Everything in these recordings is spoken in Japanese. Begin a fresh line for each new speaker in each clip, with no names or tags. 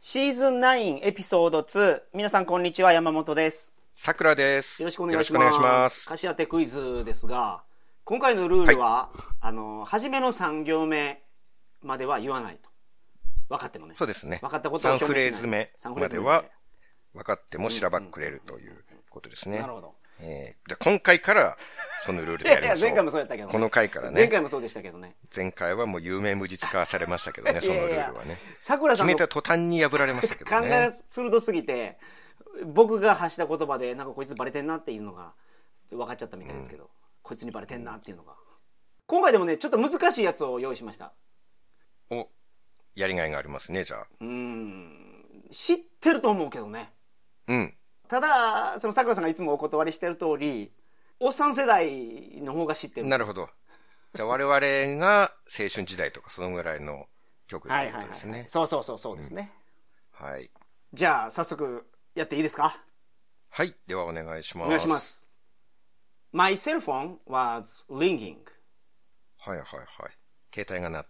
シーズン9エピソード2。皆さんこんにちは、山本です。
さくらです。
よろしくお願いし
よろ
ます。
くお願いします
貸し当てクイズですが、今回のルールは、あの、初めの3行目までは言わないと。分かってもね。
そうですね。
分かったことを
3フレーズ目までは分かってもしらばっくれるということですね。
なるほど。
えーじゃあ今回からそのルール
い
でや
やい
りま
や、
しょう。
前回もそうやったけどね、
この回からね
前回もそうでしたけどね。
前回はもう有名無実化されましたけどね、そのルールはね。
さくらさ
決
ん
め
の
た途端に破られましたけど
勘が
ね。
鋭すぎて、僕が発した言葉で、なんかこいつバレてんなっていうのが分かっちゃったみたいですけど、こいつにバレてんなっていうのが。今回でもね、ちょっと難しいやつを用意しました。
お、やりがいがありますね、じゃあ。
うーん、知ってると思うけどね。
うん。
ただ、その桜さんがいつもお断りしてる通り、おっさん世代の方が知ってる。
なるほど。じゃあ我々が青春時代とかそのぐらいの曲と
はい
いう
はい
こと
は
です
い
ね。。
そうそうそうそうですね。
はい。
じゃあ、早速やっていいですか
はい。ではお願いします。
お願いしま。す。My cell phone was ringing.
はいはいはい。携帯が鳴っ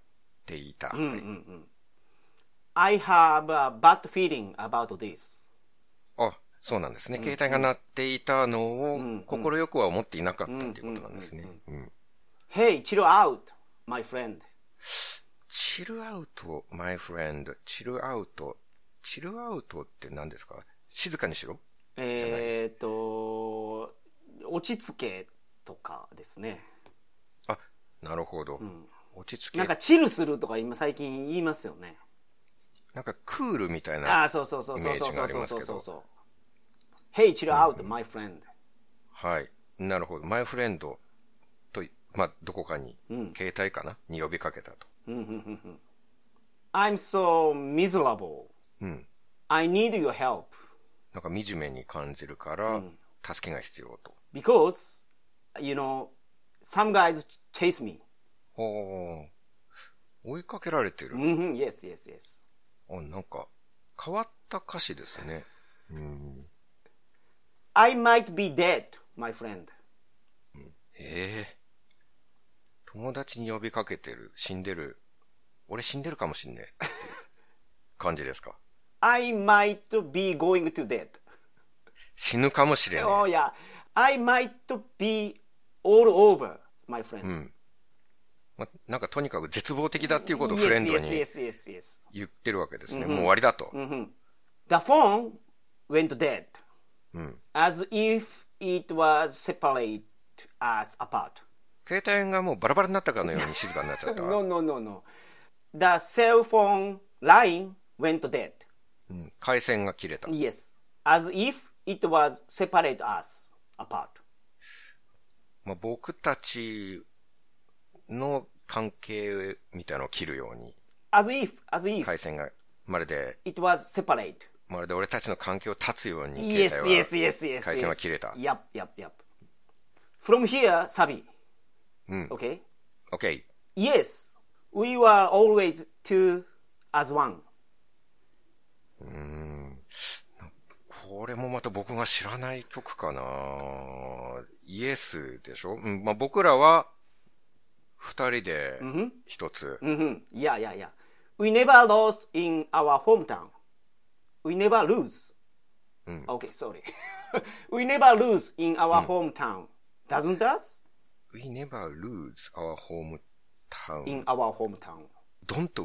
ていた。
うんうんうん。I have a bad feeling about this.
あ、そうなんですね。携帯が鳴っていたの
ん
を、心よくは思っていなかったっていうことなんですね。うん。
Hey, chill out, my friend.
チルアウト、マイフレンド、チルアウト。チルアウトって何ですか静かにしろ
えーっと、落ち着けとかですね。
あ、なるほど。落ち着け。
な
なんんか
か、チルするとか今最近言いますよね。
クールみたい
あ
な。
あ、そうそうそうそうそうそうそうそう
イ
そう。Hey, chill out, my friend.
はい。なるほど。マイフレンドと、まあ、どこかに、携帯かなに呼びかけたと。
I'm so miserable.
うん。
I need your help
なんか惨めに感じるから、助けが必要と。
because, you know, some guys chase me.
おー追いかけられてる。
Mm-hmm. Yes, yes, yes.
あ、なんか、変わった歌詞ですね。うん。
I might be dead, my friend.
ええ友達に呼びかけてる。死んでる。俺死んでるかもしんねえ。っていう感じですか。
I might be going to dead.
死ぬかもしれね
Oh yeah. I might be all over, my
え。う
friend.
ん。ま、なんかとにかく絶望的だっていうことを
Yes,
フレンド
yes,
に
yes, yes, yes.
言ってるわけですね。もう終わりだと。
Mhm. The phone went dead,
うん。
as if it was separate us apart.
携帯がもうバラバラになったかの ように静かになっちゃった。
No, no, no, no. The cell phone line went dead.
うん。回線が切れた。
Yes, as if it was separate us apart.
まあ、僕たちの関係みたいなのを切るように、
As if, as if
回線がまるで、
it was separate.
まるで俺たちの関係を断つように
Yes,
携帯は
yes, yes, yes.
回線は切れた
Yep, yep, yep. From here, Sabi.
うん。
Okay.
OK。
Yes, we were always two as one.
これもまた僕が知らない曲かなイエスでしょ、うんまあ、僕らは二人で一つ。
Mhm. Yeah, yeah, yeah. We never lost in our hometown. We never lose. Okay, sorry. we never lose in our hometown. Doesn't us?
We never lose our hometown.Don't
In our hometown.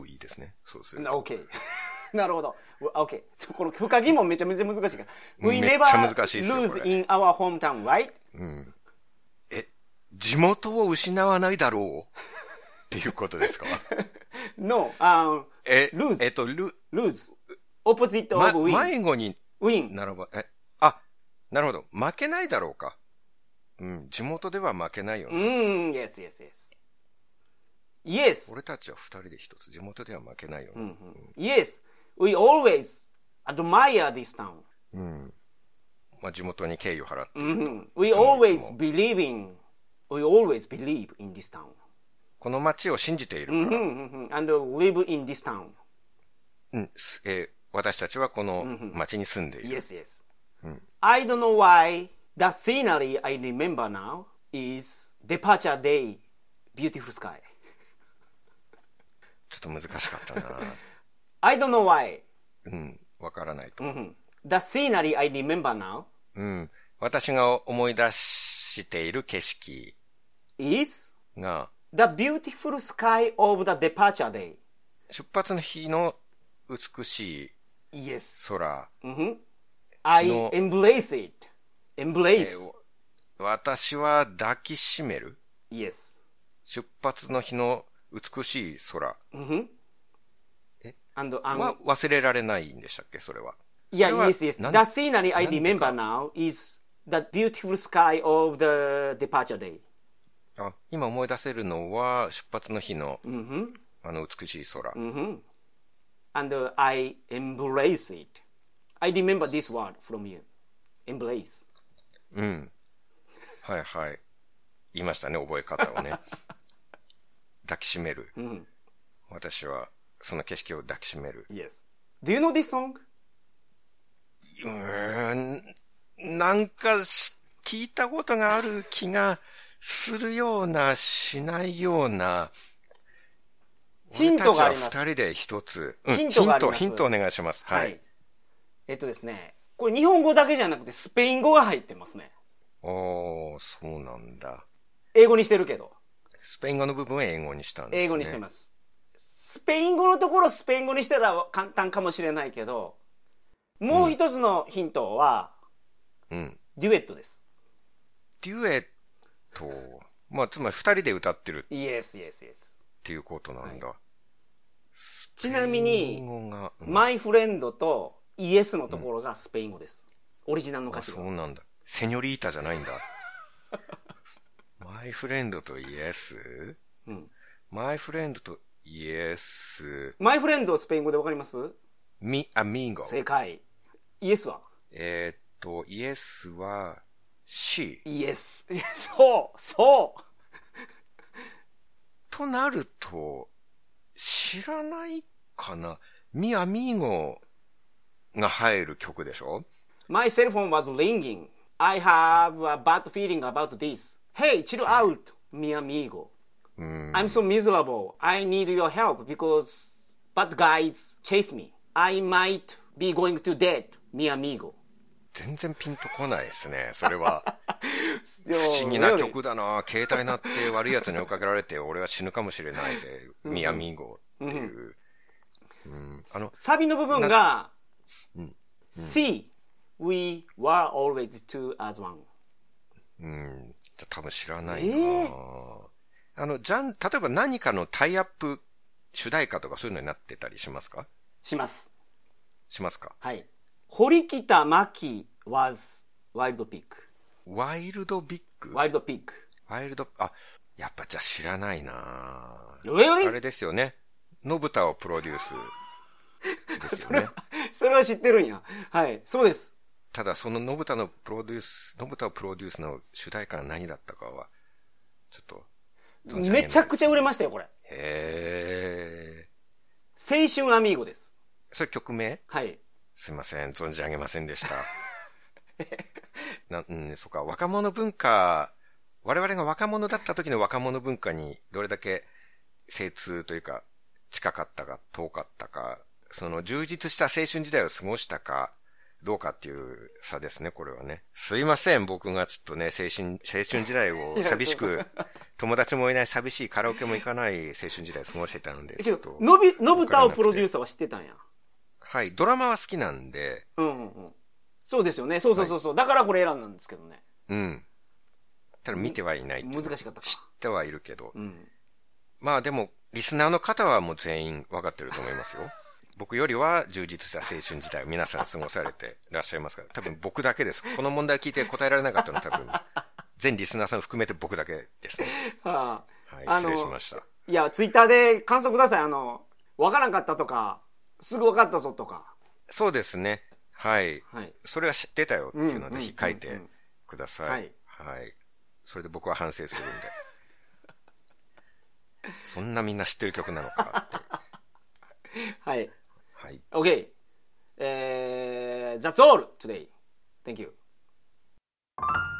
we ですね。そうですね。
Okay. なるほど。Okay. そうこの深疑問めちゃめちゃ難しいから。We
めっ
never
ちゃ難しいっすよ
lose
これ
in our hometown, right?
え、地元を失わないだろうっていうことです か
No, um,
え、
Lose
えっと、ル、
lose. Opposite
ま、
of win.
迷子に
Win.
ならば、え、あ、なるほど。負けないだろうか。うん、地元では負けないよね。
Mm, yes, yes, yes. Yes.
俺たちは二人で一つ、地元では負けないよね。
Yes, we always admire this town.
まあ、地元に敬意を払って、
Mhm. We always believe in, we always believe in this town.
この町を信じているから、
Mhm, mhm. And live in this town.
うんすえー私たちはこの町に住んでいる。
Yes, yes. I don't know why the scenery I remember now is departure day, beautiful sky.
ちょっと難しかったな
I don't know why.
うん。わからないと。
Mhm. The scenery I remember now
うん。私が思い出している景色
is
が、
the beautiful sky of the departure day.
出発の日の美しい
Yes.
空。
Mhm. I
No.
embrace it.
え
Embrace.
ー私は抱きしめる
Yes.
出発の日の美しい空
Mhm.
Eh?
And um,
は忘れられないんでしたっけそれは。
yeah,
それは
yes, yes.
なん
The scenery I
なんとか
remember now is the beautiful sky of the departure day.
あ今思い出せるのは出発の日の
Mhm.
あの美しい空。
Mhm. And uh, I embrace it. I remember this word from you. Embrace.
うん。はいはい。言いましたね、覚え方をね。抱きしめる。私は、その景色を抱きしめる。
Yes. Do you know this song?
うーん、なんかし聞いたことがある気がするような、しないような。
ヒントがあり
俺
ま
たち
す
は二人で一つ。うん
ヒントがあります
ヒント、ヒントお願いします。はい。。
えっとですね、これ日本語だけじゃなくてスペイン語が入ってますね。
おー、そうなんだ。
英語にしてるけど。
スペイン語の部分は英語にしたんですね。
英語にしてます。スペイン語のところスペイン語にしたら簡単かもしれないけど、もう一つのヒントは、
うん。
デュエットです。
デュエット。まあ、つまり二人で歌ってる
Yes, yes, yes.
っていうことなんだ。スペ
ち
イン
なみに、
語が、うん
マイフレンドとイエスのところがスペイン語です。オリジナルの歌
あ、
詞
そ
が。
うなんだ。セニョリータじゃないんだ。 マイフレンドとイエス
うん
マイフレンドとイエス、
マイフレンドはスペイン語でわかります
ミ、アミンゴ。
正解。イエスは
えーっと、イエスは、シ
イエス。そうそう
となると、知らないかな。ミ、アミンゴが入る曲でしょ
My cell phone was ringing. I have a bad feeling about this. Hey, chill out, mi amigo.
うーん。
I'm so miserable. I need your help because bad guys chase me. I might be going to dead, mi amigo.
全然ピンとこないですね、それは。不思議な曲だな携帯なって悪い奴に追っかけられて、俺は死ぬかもしれないぜ。ミアミンゴっていう。うん。あの、
サビの部分が、See, we were always two as one.
うん。じゃ多分知らないな、
えー
あの、じゃん、例えば何かのタイアップ、主題歌とかそういうのになってたりしますか
します。
しますか
はい。堀北真希 was wild pig.
ワイルドビッグワ
wild pig.
イルド、あ、やっぱじゃあ知らないなあ
Really?
れですよね。のぶたをプロデュース。ですよね。
それは知ってるんや。はい。そうです。
ただその信太のプロデュース、信太をプロデュースの主題歌が何だったかは、ちょっと、存じ上げない
め
です
ちゃくちゃ売れましたよ、これ。
へえ。
青春アミーゴです。
それ曲名
はい。
すいません、存じ上げませんでした。なうん、そっか、若者文化、我々が若者だった時の若者文化にどれだけ精通というか、近かったか遠かったか、その充実した青春時代を過ごしたか、どうかっていう差ですね、これはね。すいません、僕がちょっとね、青春、青春時代を寂しく、友達もいない寂しいカラオケも行かない青春時代を過ごしてたので、
け
ちょっ
ど
と、。
のび、のぶたをプロデューサーは知ってたんや。
はい、ドラマは好きなんで、
うんうんうん。そうですよね。そうそうそうそう。だからこれ選んだんですけどね。
うん。ただ見てはいないと
難しかったか。
知ってはいるけど
う。ん。
まあでも、リスナーの方はもう全員分かってると思い ますよ。僕よりは充実した青春時代を皆さん過ごされていらっしゃいますから、多分僕だけです。この問題聞いて答えられなかったのは多分、全リスナーさん含めて僕だけですね。
は
はい、
あ
失
の
礼しました。
い。いや、ツイッターで感想ください。あの、わからんかったとか、すぐわかったぞとか。
そうですね。はい。
はい。
それは知ってたよっていうのはぜひ書い
うんう
て
んうんうん
ください。はい。それで僕は反省するんで。 そんなみんな知ってる曲なのかって。
はい。
はい。
Okay. Uh, that's all today. Thank you.